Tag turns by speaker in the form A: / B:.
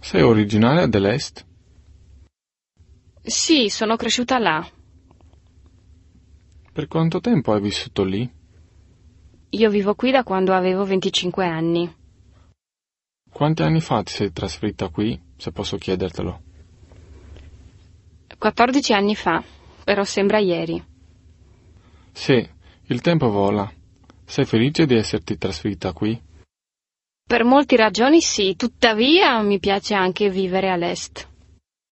A: Sei originaria dell'Est?
B: Sì, sono cresciuta là.
A: Per quanto tempo hai vissuto lì?
B: Io vivo qui da quando avevo 25 anni.
A: Quanti anni fa ti sei trasferita qui, se posso chiedertelo?
B: 14 anni fa, però sembra ieri.
A: Sì, il tempo vola. Sei felice di esserti trasferita qui?
B: Per molte ragioni sì, tuttavia mi piace anche vivere all'est.